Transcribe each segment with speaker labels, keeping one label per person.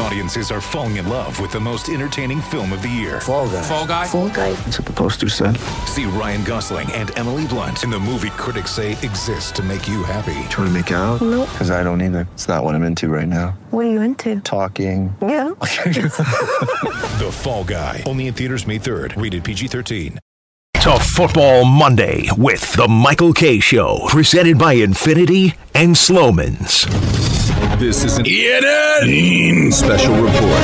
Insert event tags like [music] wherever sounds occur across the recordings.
Speaker 1: Audiences are falling in love with the most entertaining film of the year.
Speaker 2: Fall guy.
Speaker 1: Fall guy.
Speaker 3: Full guy.
Speaker 2: That's what the poster said.
Speaker 1: See Ryan Gosling and Emily Blunt in the movie critics say exists to make you happy.
Speaker 2: Trying to make it out? No. Because I don't either. It's not what I'm into right now.
Speaker 3: What are you into?
Speaker 2: Talking.
Speaker 3: Yeah.
Speaker 1: The Fall Guy. Only in theaters May 3rd. Rated PG-13.
Speaker 4: To Football Monday with The Michael K. Show, presented by Infinity and Slowman's.
Speaker 5: This is an ENN special report.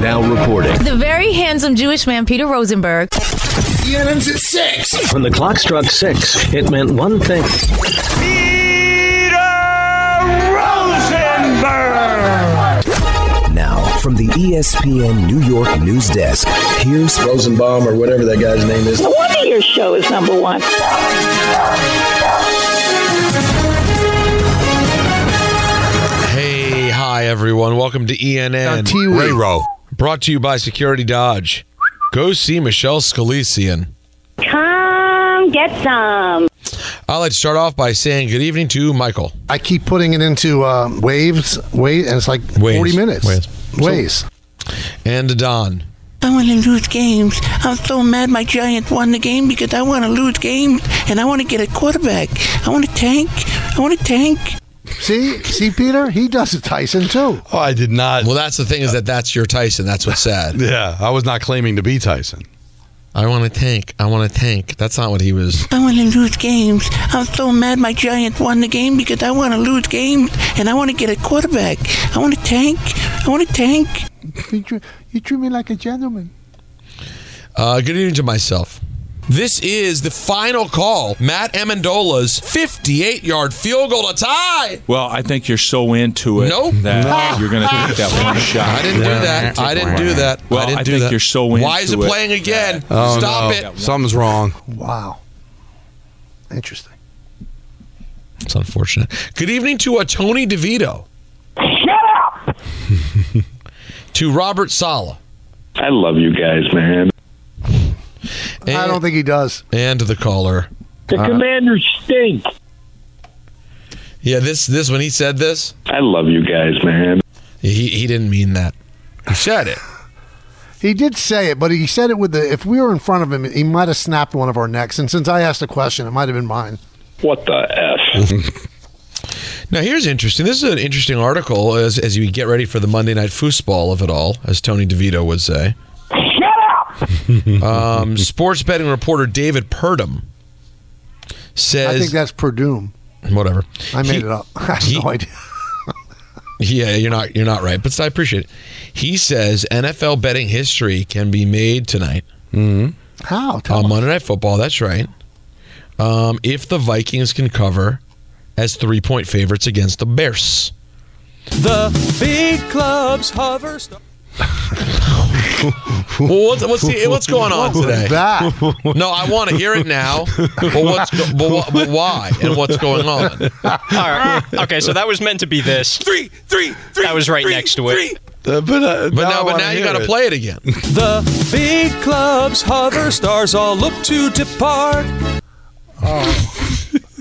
Speaker 5: Now reporting.
Speaker 6: The very handsome Jewish man, Peter Rosenberg.
Speaker 5: ENN's at 6.
Speaker 7: When the clock struck six, it meant one thing.
Speaker 8: Now, from the E ESPN New York news desk, here's
Speaker 9: Rosenbaum or whatever that guy's name is.
Speaker 10: No wonder your show is number one.
Speaker 11: Hey, hi everyone. Welcome to ENN Rayro. Brought to you by Security Dodge. Go see Michelle Scalesian.
Speaker 10: Come get some.
Speaker 11: I'd like to start off by saying good evening to Michael.
Speaker 12: I keep putting it into uh, waves, wait, and it's like
Speaker 11: Waves.
Speaker 12: 40 minutes.
Speaker 11: Waves.
Speaker 12: Ways.
Speaker 11: And to Don.
Speaker 13: I want to lose games. I'm so mad my Giants won the game because I want to lose games and I want to get a quarterback. I want to tank. I want to tank.
Speaker 12: See, see, Peter, he does it, Tyson too.
Speaker 14: Oh, I did not.
Speaker 11: Well, that's the thing is that that's your Tyson. That's what's sad.
Speaker 14: [laughs] Yeah, I was not claiming to be Tyson.
Speaker 11: I want to tank. I want to tank. That's not what he was.
Speaker 13: I want to lose games. I'm so mad my Giants won the game because I want to lose games and I want to get a quarterback. I want to tank. I want to tank.
Speaker 12: You drew, you drew me like a gentleman.
Speaker 11: Uh, good evening to myself. This is the final call. Matt Amendola's 58 yard field goal to tie.
Speaker 15: Well, I think you're so into it
Speaker 11: Nope. [laughs]
Speaker 15: that you're going to take that one shot.
Speaker 11: I didn't do that. I didn't do that.
Speaker 15: Well,
Speaker 11: didn't
Speaker 15: I
Speaker 11: do
Speaker 15: think
Speaker 11: that.
Speaker 15: you're so
Speaker 11: Why is it
Speaker 15: into it.
Speaker 11: playing again?
Speaker 14: Oh,
Speaker 11: Stop
Speaker 14: no.
Speaker 11: it.
Speaker 14: Something's wrong.
Speaker 12: Wow. Interesting.
Speaker 11: It's unfortunate. Good evening to uh, Tony DeVito,
Speaker 10: Shut up.
Speaker 11: [laughs] to Robert Sala,
Speaker 16: I love you guys, man.
Speaker 11: and,
Speaker 12: I don't think he does. Uh,
Speaker 11: and to the caller.
Speaker 16: The commanders stink.
Speaker 11: Yeah, this this when he said this,
Speaker 16: I love you guys, man.
Speaker 11: he he didn't mean that. He said it.
Speaker 12: He did say it, but he said it with the. If we were in front of him, he might have snapped one of our necks. And since I asked a question, it might have been mine.
Speaker 16: What the F?
Speaker 11: Now here's interesting. This is an interesting article as as you get ready for the Monday night foosball of it all, as Tony DeVito would say.
Speaker 10: Shut up.
Speaker 11: [laughs] Um, sports betting reporter David Purdom
Speaker 12: I think
Speaker 11: says
Speaker 12: that's Perdue.
Speaker 11: whatever.
Speaker 12: I made
Speaker 11: He-
Speaker 12: it up. [laughs] I have
Speaker 11: he-
Speaker 12: no idea.
Speaker 11: Yeah, you're not you're not right, but I appreciate it. He says NFL betting history can be made tonight
Speaker 12: How?
Speaker 11: on
Speaker 12: Tell us.
Speaker 11: Monday Night Football. That's right. Um, if the Vikings can cover as three point favorites against the Bears.
Speaker 15: The big clubs hover.
Speaker 11: Well, what's what's, the, what's going on
Speaker 12: What was
Speaker 11: today?
Speaker 12: that?
Speaker 11: No, I want to hear it now. But what's go- but, wha- but why and what's going on?
Speaker 17: All right. Okay, so that was meant to be this. Three, three, three. That was right next to it.
Speaker 14: Uh, but uh,
Speaker 11: But
Speaker 14: I
Speaker 11: now, but
Speaker 14: wanna
Speaker 11: now you
Speaker 14: hear
Speaker 11: got to
Speaker 14: it.
Speaker 11: play it again.
Speaker 15: The big clubs hover. Stars all up to depart.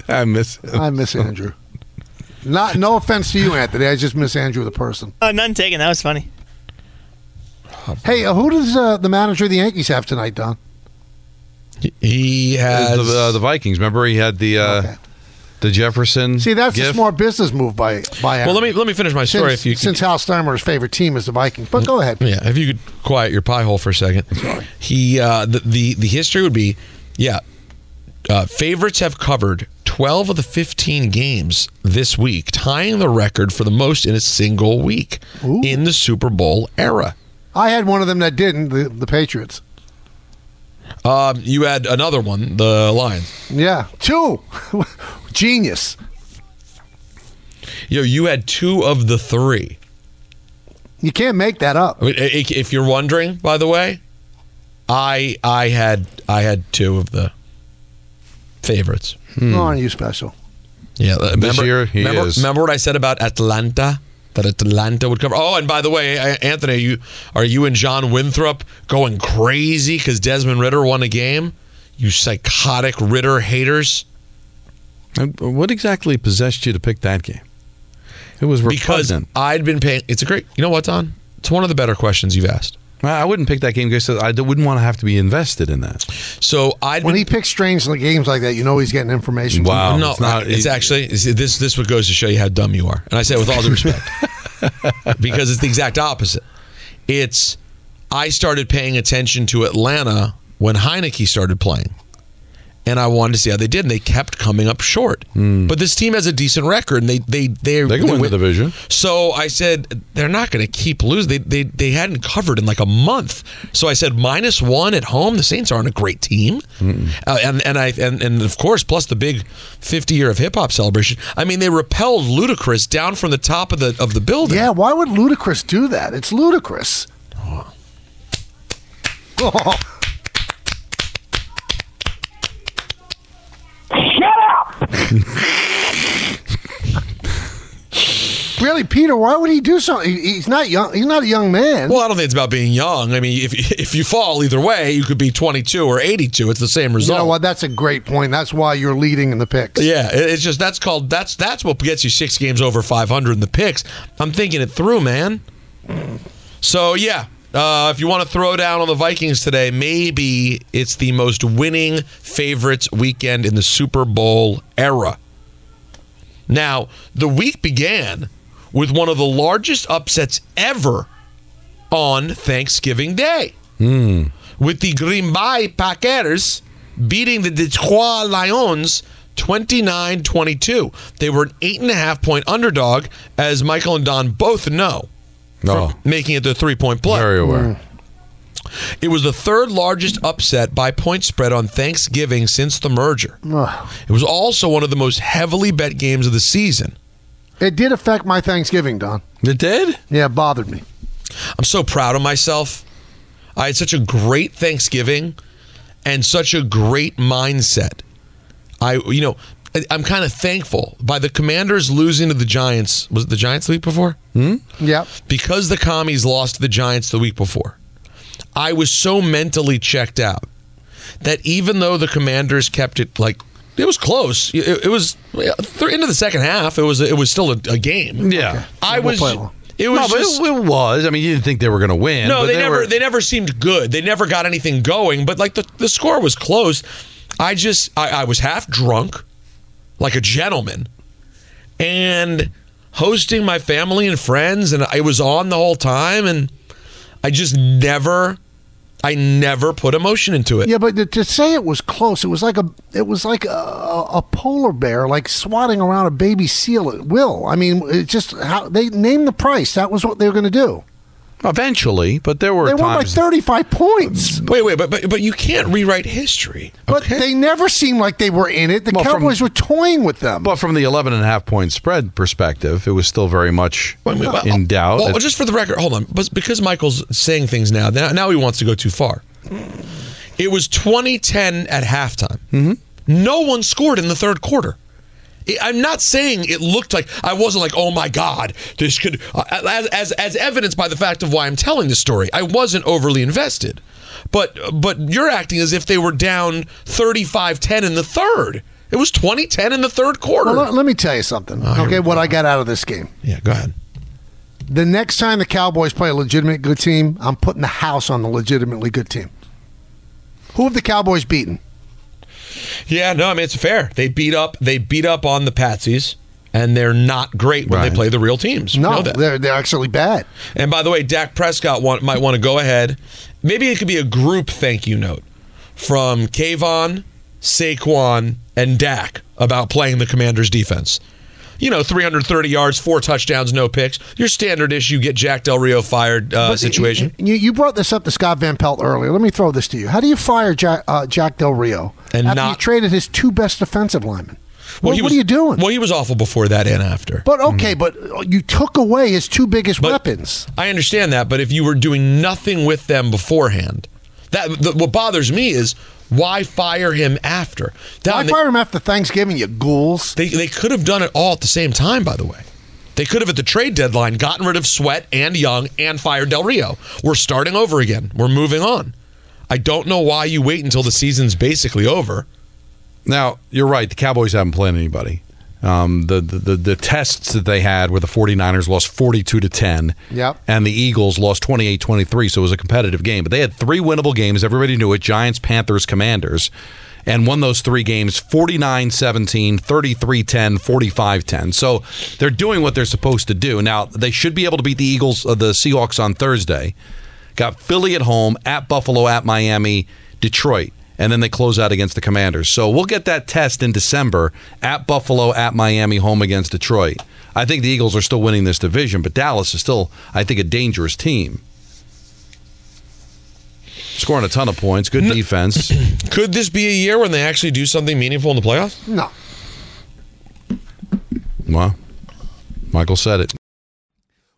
Speaker 14: I miss
Speaker 12: [laughs]
Speaker 14: it.
Speaker 12: I miss Andrew. Not, no offense to you, Anthony. I just miss Andrew the person.
Speaker 17: Oh, none taken. That was funny.
Speaker 12: Hey, uh, who does uh, the manager of the Yankees have tonight, Don?
Speaker 11: He has
Speaker 14: the, uh, the Vikings. Remember, he had the uh,
Speaker 12: Okay.
Speaker 14: the Jefferson.
Speaker 12: See, that's a
Speaker 14: gif?
Speaker 12: smart business move by by.
Speaker 11: well.
Speaker 12: Aaron.
Speaker 11: Let me let me finish my
Speaker 12: since,
Speaker 11: story. if you can
Speaker 12: since Hal Steimer's favorite team is the Vikings, but go ahead.
Speaker 11: Yeah, if you could quiet your pie hole for a second. He uh, the, the the history would be, yeah, uh, favorites have covered twelve of the fifteen games this week, tying the record for the most in a single week in the Super Bowl era.
Speaker 12: I had one of them that didn't. The, the Patriots.
Speaker 11: Um, you had another one, the Lions.
Speaker 12: Yeah, two. [laughs] Genius.
Speaker 11: Yo, you had two of the three.
Speaker 12: You can't make that up.
Speaker 11: I mean, i- i- if you're wondering, by the way, I I had I had two of the favorites.
Speaker 12: Oh, aren't you special?
Speaker 11: Yeah, remember,
Speaker 14: uh, year he
Speaker 11: remember,
Speaker 14: is.
Speaker 11: remember what I said about Atlanta? that Atlanta would cover. Oh, and by the way, A- Anthony, you are you and John Winthrop going crazy because Desmond Ritter won a game? You psychotic Ritter haters.
Speaker 14: And what exactly possessed you to pick that game? It was
Speaker 11: because
Speaker 14: repugnant.
Speaker 11: I'd been paying. It's a great. You know what, Don? It's one of the better questions you've asked.
Speaker 14: I wouldn't pick that game because I d- wouldn't want to have to be invested in that.
Speaker 11: So I
Speaker 12: when he picks strange games like that, you know he's getting information.
Speaker 14: Wow,
Speaker 11: no, it's, actually it's- this. This what goes to show you how dumb you are, and I say it with all due respect, because it's the exact opposite. It's I started paying attention to Atlanta when Heineke started playing, and I wanted to see how they did, and they kept coming up short. But this team has a decent record, and they they they
Speaker 14: They can win the division.
Speaker 11: So I said they're not going to keep losing. They, they they hadn't covered in like a month. So I said minus one at home. The Saints aren't a great team, uh, and and I and, and of course plus the big fifty year of hip hop celebration. I mean they repelled Ludacris down from the top of the of the building.
Speaker 12: Yeah, why would Ludacris do that? It's ludicrous. [laughs] really, Peter? Why would he do something? He- He's not young. He's not a young man.
Speaker 11: Well, I don't think it's about being young. I mean, if [laughs] if you fall either way, you could be 22 or 82. It's the same
Speaker 12: You
Speaker 11: result.
Speaker 12: know what? That's a great point. That's why you're leading in the picks.
Speaker 11: Yeah, it- it's just that's called that's that's what gets you six games over 500 in the picks. I'm thinking it through, man. So yeah, uh, if you want to throw down on the Vikings today, maybe it's the most winning favorites weekend in the Super Bowl era. Now the week began with one of the largest upsets ever on Thanksgiving Day with the Green Bay Packers beating the Detroit Lions 29 22. They were an eight and a half point underdog, as Michael and Don both know,
Speaker 14: No.
Speaker 11: making it their three point play.
Speaker 14: Oh.
Speaker 11: Mm.
Speaker 14: Very aware.
Speaker 11: It was the third largest upset by point spread on Thanksgiving since the merger.
Speaker 12: Ugh.
Speaker 11: It was also one of the most heavily bet games of the season.
Speaker 12: It did affect my Thanksgiving, Don.
Speaker 14: It did?
Speaker 12: Yeah, it bothered me.
Speaker 11: I'm so proud of myself. I had such a great Thanksgiving and such a great mindset. I, you know, I, I'm kind of thankful by the Commanders losing to the Giants. Was it the Giants the week before? Hmm?
Speaker 12: Yep.
Speaker 11: Because the commies lost to the Giants the week before, I was so mentally checked out that even though the Commanders kept it like it was close, it, it was th- into the second half. It was it was still a, a game.
Speaker 14: Yeah,
Speaker 11: I
Speaker 12: We'll
Speaker 11: was.
Speaker 12: play along.
Speaker 11: It was
Speaker 14: no, but
Speaker 11: just,
Speaker 14: it, it was. I mean, you didn't think they were going to win.
Speaker 11: no,
Speaker 14: but
Speaker 11: they, never
Speaker 14: were-
Speaker 11: they never seemed good. They never got anything going, but like the, the score was close. I just I, I was half drunk, like a gentleman, and hosting my family and friends, and I was on the whole time, and I just never I never put emotion into it.
Speaker 12: Yeah, but to, to say it was close, it was like a it was like a, a polar bear, like swatting around a baby seal at will. I mean, it just how they named the price. That was what they were going to do.
Speaker 14: eventually, but there were
Speaker 12: They won by
Speaker 14: times. Mm,
Speaker 12: thirty five points,
Speaker 11: Wait, wait, but but but you can't rewrite history.
Speaker 12: but they never seemed like they were in it. The
Speaker 14: Well, from-
Speaker 12: Cowboys were toying with them.
Speaker 14: but from the 11 and a half point spread perspective, it was still very much
Speaker 11: Wait, wait, well,
Speaker 14: in doubt.
Speaker 12: Oh,
Speaker 11: Well,
Speaker 14: It's-
Speaker 11: just for the record, hold on, but because Michael's saying things now, now, now he wants to go too far. It was 2010 at halftime.
Speaker 12: Mm-hmm.
Speaker 11: No one scored in the third quarter. I- I'm not saying it looked like I wasn't like, oh my God, this could, uh, as, as, as evidenced by the fact of why I'm telling this story, I wasn't overly invested. But but you're acting as if they were down 35-10 in the third. It was 2010 in the third quarter.
Speaker 12: Well, let, let me tell you something.
Speaker 14: Oh,
Speaker 12: okay, what I got out of this game.
Speaker 11: yeah, go ahead.
Speaker 12: The next time the Cowboys play a legitimate good team, I'm putting the house on the legitimately good team. Who have the Cowboys beaten?
Speaker 11: Yeah, no, I mean it's fair. They beat up they beat up on the Patsies, and they're not great when
Speaker 14: Right.
Speaker 11: they play the real teams. We
Speaker 12: No,
Speaker 11: know that.
Speaker 12: they're they're actually bad.
Speaker 11: And by the way, Dak Prescott want, might want to go ahead. Maybe it could be a group thank you note from Kayvon, Saquon, and Dak about playing the Commanders' defense. You know, 330 yards, four touchdowns, no picks. Your standard issue, get Jack Del Rio fired uh, situation.
Speaker 12: You, you brought this up to Scott Van Pelt earlier. Let me throw this to you. How do you fire Jack, uh, Jack Del Rio
Speaker 11: And
Speaker 12: after
Speaker 11: not-
Speaker 12: you traded his two best defensive linemen? what,
Speaker 11: he
Speaker 12: what
Speaker 11: was,
Speaker 12: are you doing?
Speaker 11: Well, he was awful before that and after.
Speaker 12: but okay, but you took away his two biggest weapons.
Speaker 11: I understand that, but if you were doing nothing with them beforehand, that the, what bothers me is why fire him after? Don,
Speaker 12: Why fire him after Thanksgiving, you ghouls?
Speaker 11: They, they could have done it all at the same time, by the way. They could have at the trade deadline gotten rid of Sweat and Young and fired Del Rio. We're starting over again. We're moving on. I don't know why you wait until the season's basically over.
Speaker 14: Now, you're right. The Cowboys haven't played anybody. Um, the, the, the the tests that they had where the 49ers lost 42 to 10
Speaker 12: Yep.
Speaker 14: and the Eagles lost 28-23 so it was a competitive game but they had three winnable games everybody knew it Giants Panthers Commanders and won those three games 49-17 33-10 45-10 so they're doing what they're supposed to do now they should be able to beat the Eagles uh, the Seahawks on Thursday got Philly at home at Buffalo at Miami Detroit and then they close out against the Commanders. So we'll get that test in December at Buffalo, at Miami, home against Detroit. I think the Eagles are still winning this division, but Dallas is still, I think, a dangerous team. Scoring a ton of points, good defense.
Speaker 11: Could this be a year when they actually do something meaningful in the playoffs?
Speaker 12: No.
Speaker 14: Well, Michael said it.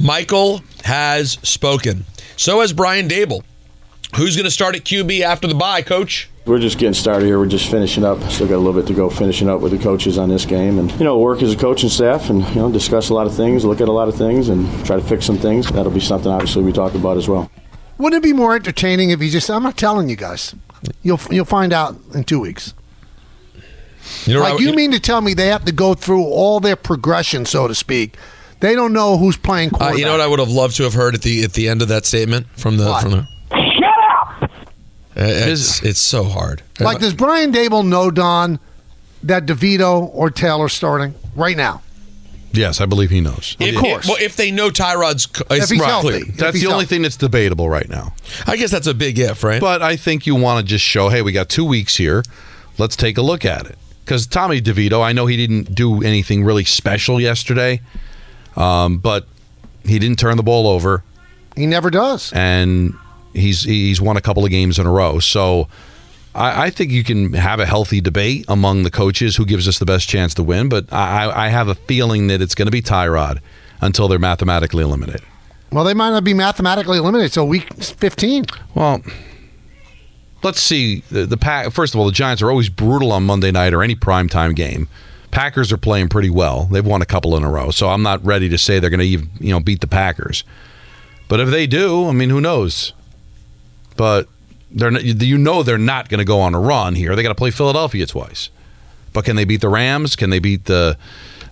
Speaker 11: Michael has spoken. So has Brian Dable. Who's going to start at QB after the bye, coach?
Speaker 9: We're just getting started here. We're just finishing up. Still got a little bit to go finishing up with the coaches on this game. And, you know, work as a coaching staff and, you know, discuss a lot of things, look at a lot of things, and try to fix some things. That'll be something, obviously, we talk about as well.
Speaker 12: Wouldn't it be more entertaining if you just? I'm not telling you guys. You'll you'll find out in two weeks.
Speaker 11: You know,
Speaker 12: like
Speaker 11: I-
Speaker 12: you mean to tell me they have to go through all their progression, so to speak. They don't know who's playing
Speaker 11: Uh,
Speaker 12: quarterback.
Speaker 11: you know what I would have loved to have heard at the at the end of that statement from the
Speaker 12: What?
Speaker 11: from the. Shut up! It's, it's so hard.
Speaker 12: like does Brian Dable know Don that DeVito or Taylor's starting right now?
Speaker 14: Yes, I believe he knows.
Speaker 11: If- if- well, if they know Tyrod's, uh,
Speaker 12: If he's healthy.
Speaker 11: clear.
Speaker 12: If
Speaker 14: That's the only thing that's debatable right now.
Speaker 11: I guess that's a big if, right?
Speaker 14: But I think you want to just show, hey, we got two weeks here. Let's take a look at it. Because Tommy DeVito, I know he didn't do anything really special yesterday, um, but he didn't turn the ball over,
Speaker 12: He never does.
Speaker 14: and he's he's won a couple of games in a row. So I, I think you can have a healthy debate among the coaches who gives us the best chance to win. But I, I I have a feeling that it's going to be Tyrod until they're mathematically eliminated.
Speaker 12: Well, they might not be mathematically eliminated till week 15.
Speaker 14: Well, let's see. The, the pack. First of all, the Giants are always brutal on Monday night or any primetime game. Packers are playing pretty well. They've won a couple in a row, so I'm not ready to say they're going to even you know beat the Packers. But if they do, I mean, who knows? But they're not, you know they're not going to go on a run here. They got to play Philadelphia twice. But can they beat the Rams? Can they beat the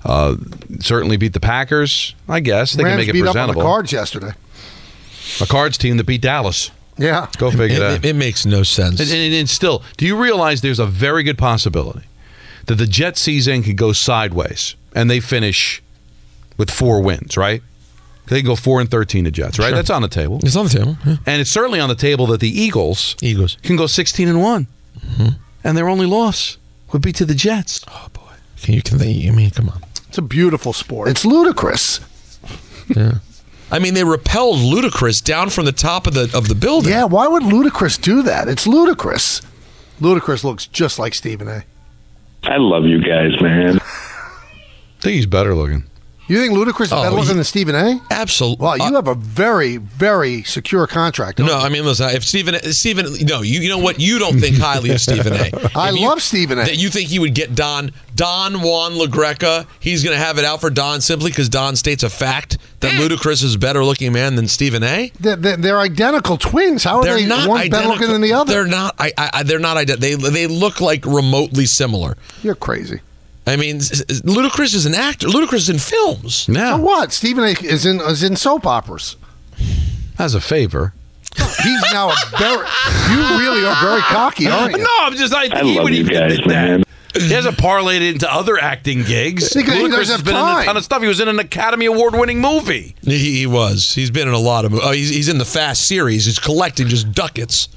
Speaker 14: uh, certainly beat the Packers? I guess they
Speaker 12: Rams
Speaker 14: can make it
Speaker 12: beat up on
Speaker 14: presentable.
Speaker 12: the cards yesterday.
Speaker 14: A Cards team that beat Dallas.
Speaker 12: Yeah.
Speaker 14: Go figure
Speaker 11: it,
Speaker 14: that.
Speaker 11: it- it makes no sense.
Speaker 14: And, and, and still, do you realize there's a very good possibility that the Jet season could go sideways and they finish with four wins, right? They can go four and thirteen to Jets, right?
Speaker 11: Sure.
Speaker 14: That's on the table,
Speaker 11: it's on the table. yeah.
Speaker 14: and it's certainly on the table that the Eagles
Speaker 11: Eagles
Speaker 14: can go sixteen and one, and their only loss would be to the Jets. Oh boy,
Speaker 11: can you can they? I mean, come on.
Speaker 12: It's a beautiful sport. It's ludicrous.
Speaker 11: Yeah. I mean, they repelled Ludacris down from the top of the of the building.
Speaker 12: Yeah, why would Ludacris do that? It's ludicrous. Ludacris looks just like Stephen A.
Speaker 16: I love you guys, man.
Speaker 14: I think he's better looking.
Speaker 12: You think Ludacris is
Speaker 11: Oh,
Speaker 12: better looking
Speaker 11: he-
Speaker 12: than Stephen A?
Speaker 11: Absolutely.
Speaker 12: Wow, you have a very, very secure contract. don't
Speaker 11: No, I mean, listen. If Stephen, Stephen, no, you, you know what? You don't think highly of
Speaker 12: [laughs]
Speaker 11: Stephen A.
Speaker 12: I
Speaker 11: If you-
Speaker 12: love Stephen A.
Speaker 11: That you think he would get Don Don Juan LaGreca? He's going to have it out for Don simply because Don states a fact that Ludacris is a better looking man than Stephen A.
Speaker 12: They're, they're, they're identical twins. How are
Speaker 11: They're
Speaker 12: they
Speaker 11: not
Speaker 12: one better
Speaker 11: identical.
Speaker 12: looking than the other?
Speaker 11: They're not. I, I, I- they're not. Ident- they they look like remotely similar.
Speaker 12: You're crazy.
Speaker 11: I mean, s- s- Ludacris is an actor. Ludacris is in films.
Speaker 12: So
Speaker 14: Now,
Speaker 12: what? Stephen A. is in is in soap operas.
Speaker 14: as a favor,
Speaker 12: He's now a very. You really are very cocky, aren't you?
Speaker 14: no, I'm just. I,
Speaker 16: I
Speaker 14: he
Speaker 16: love
Speaker 14: would
Speaker 16: you
Speaker 14: even
Speaker 16: guys,
Speaker 14: admit that.
Speaker 16: man.
Speaker 14: He hasn't parlayed it into other acting gigs.
Speaker 12: Because he
Speaker 14: Ludacris
Speaker 12: doesn't
Speaker 14: has
Speaker 12: have
Speaker 14: been in
Speaker 12: time.
Speaker 14: a ton of stuff. He was in an Academy Award winning movie.
Speaker 11: He, he was. He's been in a lot of. mo- Oh, he's, he's in the Fast series. He's collecting just ducats.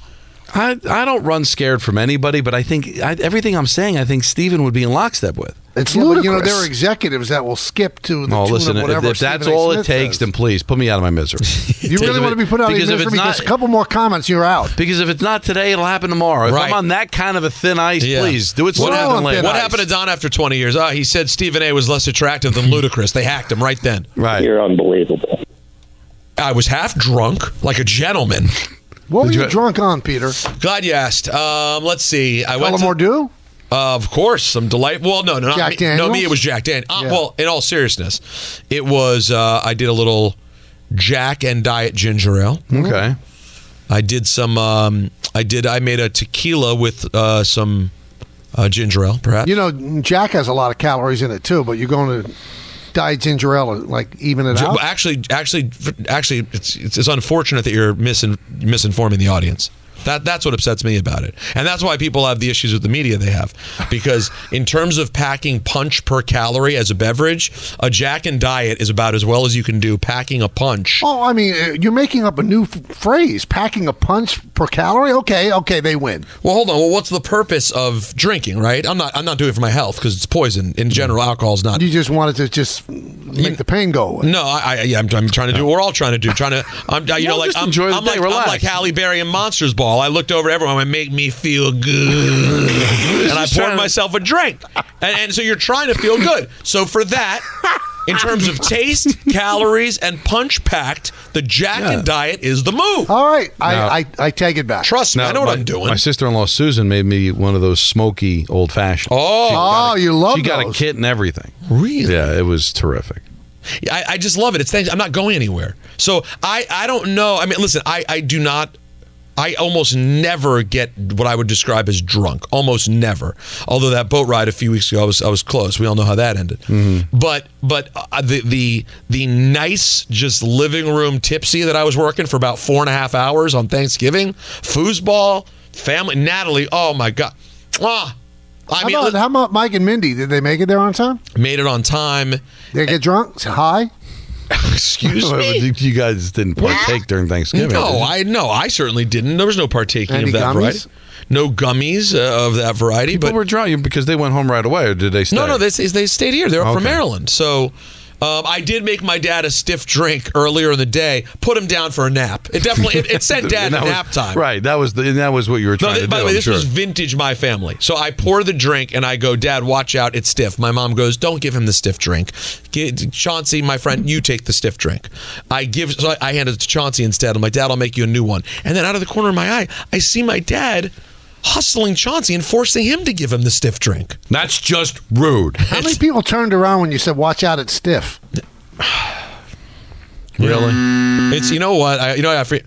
Speaker 14: I, I don't run scared from anybody, but I think I, everything I'm saying, I think Steven would be in lockstep with.
Speaker 12: It's yeah, but, you know, there are executives that will skip to the
Speaker 14: Oh,
Speaker 12: tune
Speaker 14: listen,
Speaker 12: of
Speaker 14: if,
Speaker 12: whatever.
Speaker 14: if that's
Speaker 12: Stephen A.
Speaker 14: all it
Speaker 12: Smith
Speaker 14: takes,
Speaker 12: says.
Speaker 14: then please put me out of my misery. [laughs]
Speaker 12: you really want to be put out of your
Speaker 14: because if
Speaker 12: misery?
Speaker 14: it's not,
Speaker 12: Just a couple more comments, you're out.
Speaker 14: Because if it's not today, it'll happen tomorrow. If
Speaker 11: Right.
Speaker 14: I'm on that kind of a thin ice,
Speaker 11: Yeah.
Speaker 14: please do it sooner
Speaker 11: What
Speaker 14: than
Speaker 11: happened,
Speaker 14: later.
Speaker 11: what happened to Don after 20 years? Ah, he said Stephen A. was less attractive than ludicrous. They hacked him right then.
Speaker 14: Right.
Speaker 16: You're unbelievable.
Speaker 11: I was half drunk, like a gentleman.
Speaker 12: What were
Speaker 11: Did
Speaker 12: you,
Speaker 11: you-
Speaker 12: drunk on, Peter?
Speaker 11: Glad you asked. Um, let's see. I went
Speaker 12: Tullamore
Speaker 11: to,
Speaker 12: Dew?
Speaker 11: Uh, of course, some delight. Well, no, no, not
Speaker 12: Jack
Speaker 11: me.
Speaker 12: Daniels?
Speaker 11: No, me. It was Jack Daniels. Uh,
Speaker 12: Yeah.
Speaker 11: Well, in all seriousness, it was. Uh, I did a little Jack and Diet Ginger Ale.
Speaker 12: Mm-hmm.
Speaker 14: Okay.
Speaker 11: I did some. Um, I did. I made a tequila with uh, some uh, ginger ale, perhaps.
Speaker 12: You know, Jack has a lot of calories in it too, but you're going to diet ginger ale, and, like even it
Speaker 11: Ju-
Speaker 12: out.
Speaker 11: Actually, actually, actually, it's, it's it's unfortunate that you're misin, misinforming the audience. That that's what upsets me about it, and that's why people have the issues with the media they have, because in terms of packing punch per calorie as a beverage, a Jack and Diet is about as well as you can do packing a punch.
Speaker 12: Oh, I mean, uh, you're making up a new f- phrase. Packing a punch per calorie. Okay, okay, they win.
Speaker 11: Well, hold on. Well, what's the purpose of drinking? Right? I'm not I'm not doing it for my health because it's poison. In general, alcohol's not.
Speaker 12: You just wanted to just make the pain go away.
Speaker 11: No, I, I yeah, I'm, I'm trying to do. what We're all trying to do. Trying to. I'm you
Speaker 12: No,
Speaker 11: know like
Speaker 12: just
Speaker 11: I'm,
Speaker 12: enjoy the
Speaker 11: I'm
Speaker 12: day,
Speaker 11: like
Speaker 12: relax.
Speaker 11: I'm like Halle Berry and Monsters Ball. I looked over at everyone. I went, make me feel good, and I poured myself a drink. And, and so you're trying to feel good. So for that. In terms of taste, calories, and punch packed, the Jack and Diet is the move.
Speaker 12: All right, I,
Speaker 14: No.
Speaker 12: I, I take it back.
Speaker 11: Trust me, I know
Speaker 14: my,
Speaker 11: what I'm doing.
Speaker 14: My sister-in-law Susan made me one of those smoky old fashioned.
Speaker 11: Oh. Oh, you love
Speaker 14: She got a
Speaker 11: those.
Speaker 14: kit and everything.
Speaker 11: Really?
Speaker 14: Yeah, it was terrific.
Speaker 11: Yeah, I, I just love it. It's thanks. I'm not going anywhere. So I, I don't know. I mean, listen, I, I do not. I almost never get what I would describe as drunk. Almost never. Although that boat ride a few weeks ago, I was I was close. We all know how that ended.
Speaker 12: Mm-hmm.
Speaker 11: But but uh, the the the nice just living room tipsy that I was working for about four and a half hours on Thanksgiving, foosball, family, Natalie. Oh my god. Ah, I mean,
Speaker 12: how, about, how about Mike and Mindy? Did they make it there on time?
Speaker 11: made it on time.
Speaker 12: They get drunk, high.
Speaker 14: [laughs]
Speaker 11: Excuse me.
Speaker 14: You- you guys didn't partake during Thanksgiving. did
Speaker 11: No,
Speaker 14: you?
Speaker 11: I no, I certainly didn't. There was no partaking
Speaker 12: Any
Speaker 11: of that
Speaker 12: gummies?
Speaker 11: variety. No gummies uh, of that variety.
Speaker 14: People
Speaker 11: but
Speaker 14: were drunk because they went home right away, or did they stay?
Speaker 11: no, no, they they stayed here. They're
Speaker 14: Okay.
Speaker 11: from Maryland, so. Um, I did make my dad a stiff drink earlier in the day. Put him down for a nap. It definitely it,
Speaker 14: [laughs]
Speaker 11: it said dad
Speaker 14: And that was-
Speaker 11: nap time.
Speaker 14: Right. That was the, and that was what you were
Speaker 11: No,
Speaker 14: trying
Speaker 11: th-
Speaker 14: to
Speaker 11: by
Speaker 14: do.
Speaker 11: the way,
Speaker 14: I'm
Speaker 11: this
Speaker 14: sure.
Speaker 11: was vintage my family. So I pour the drink and I go, Dad, watch out, it's stiff. My mom goes, Don't give him the stiff drink. Get, Chauncey, my friend, you take the stiff drink. I give, so I, I hand it to Chauncey instead. I'm like, Dad, I'll make you a new one. And then out of the corner of my eye, I see my dad hustling Chauncey and forcing him to give him the stiff drink.
Speaker 14: That's just rude.
Speaker 12: How many people turned around when you said, "Watch out, it's stiff"?
Speaker 11: Really? It's you know what I you know what I forget.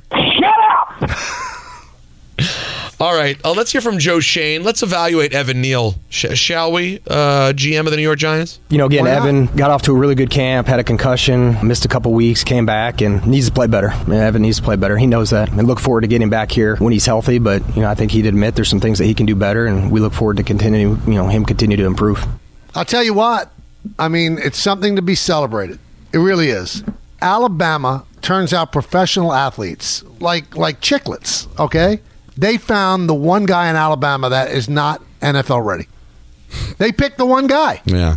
Speaker 11: [laughs] All right, uh, let's hear from Joe Shane. Let's evaluate Evan Neal, sh- shall we? Uh, GM of the New York Giants.
Speaker 18: You know, again,
Speaker 11: Why not?
Speaker 18: Evan got off to a really good camp, had a concussion, missed a couple weeks, came back, and needs to play better. I mean, Evan needs to play better. He knows that. And look forward to getting back here when he's healthy. But you know, I think he'd admit there's some things that he can do better, and we look forward to continue. You know, him continue to improve.
Speaker 12: I'll tell you what. I mean, it's something to be celebrated. It really is. Alabama turns out professional athletes like like chicklets. Okay, they found the one guy in Alabama that is not NFL ready. They picked the one guy.
Speaker 14: Yeah.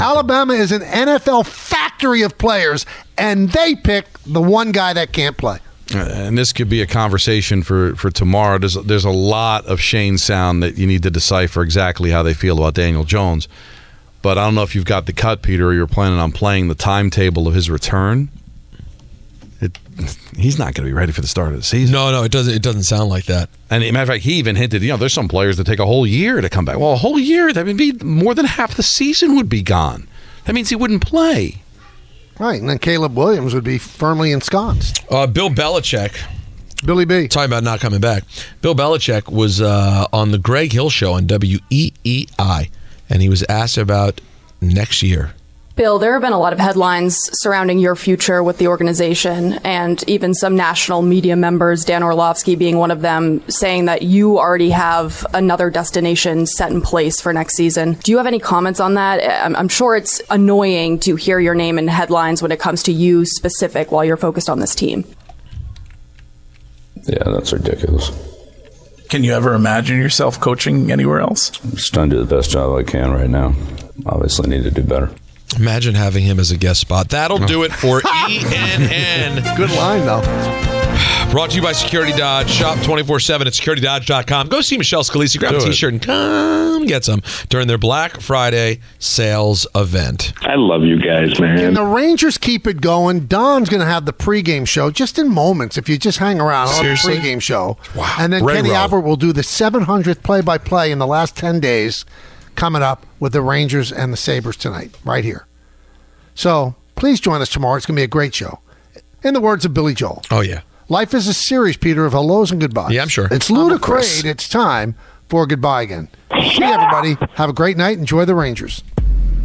Speaker 12: Alabama is an NFL factory of players, and they pick the one guy that can't play.
Speaker 11: Uh,
Speaker 14: And this could be a conversation for, for tomorrow. There's there's a lot of Shane sound that you need to decipher exactly how they feel about Daniel Jones. But I don't know if you've got the cut, Peter, or you're planning on playing the timetable of his return. It, he's not going to be ready for the start of the season.
Speaker 11: No, no, it doesn't. It doesn't sound like that.
Speaker 14: And as a matter of fact, he even hinted, you know, there's some players that take a whole year to come back. Well, a whole year that would be more than half the season would be gone. That means he wouldn't play.
Speaker 12: Right, and then Caleb Williams would be firmly ensconced.
Speaker 11: Uh, Bill Belichick.
Speaker 12: Billy B.
Speaker 11: Talking about not coming back. Bill Belichick was uh, on the Greg Hill show on WEEI, and he was asked about next year.
Speaker 19: Bill, there have been a lot of headlines surrounding your future with the organization, and even some national media members, Dan Orlovsky being one of them, saying that you already have another destination set in place for next season. Do you have any comments on that? I'm, I'm sure it's annoying to hear your name in headlines when it comes to you specific while you're focused on this team.
Speaker 20: Yeah, that's ridiculous.
Speaker 21: Can you ever imagine yourself coaching anywhere else?
Speaker 22: I'm just trying to do the best job I can right now. Obviously, need to do better.
Speaker 14: Imagine having him as a guest spot. That'll do it [laughs] for E ENN.
Speaker 12: Good line, though.
Speaker 14: Brought to you by Security Dodge. Shop 24 7 at securitydodge.com. Go see Michelle Scalisi. Grab a
Speaker 23: Do it.
Speaker 14: t shirt and come get some during their Black Friday sales event.
Speaker 24: I love you guys,
Speaker 12: Can
Speaker 24: man.
Speaker 12: the Rangers keep it going? Don's going to have the pregame show just in moments. If you just hang around, I'll have the
Speaker 25: Seriously?
Speaker 12: pregame show, and then
Speaker 25: Railroad.
Speaker 12: Kenny Albert will do the 700th play-by-play in the last 10 days, coming up with the Rangers and the Sabers tonight, right here. So please join us tomorrow. It's going to be a great show. In the words of Billy Joel,
Speaker 14: Oh, yeah.
Speaker 12: life is a series, Peter, of hellos and goodbyes. Yeah, I'm sure. It's ludicrous. It's time for goodbye again. See you, everybody. Have a great night. Enjoy the Rangers.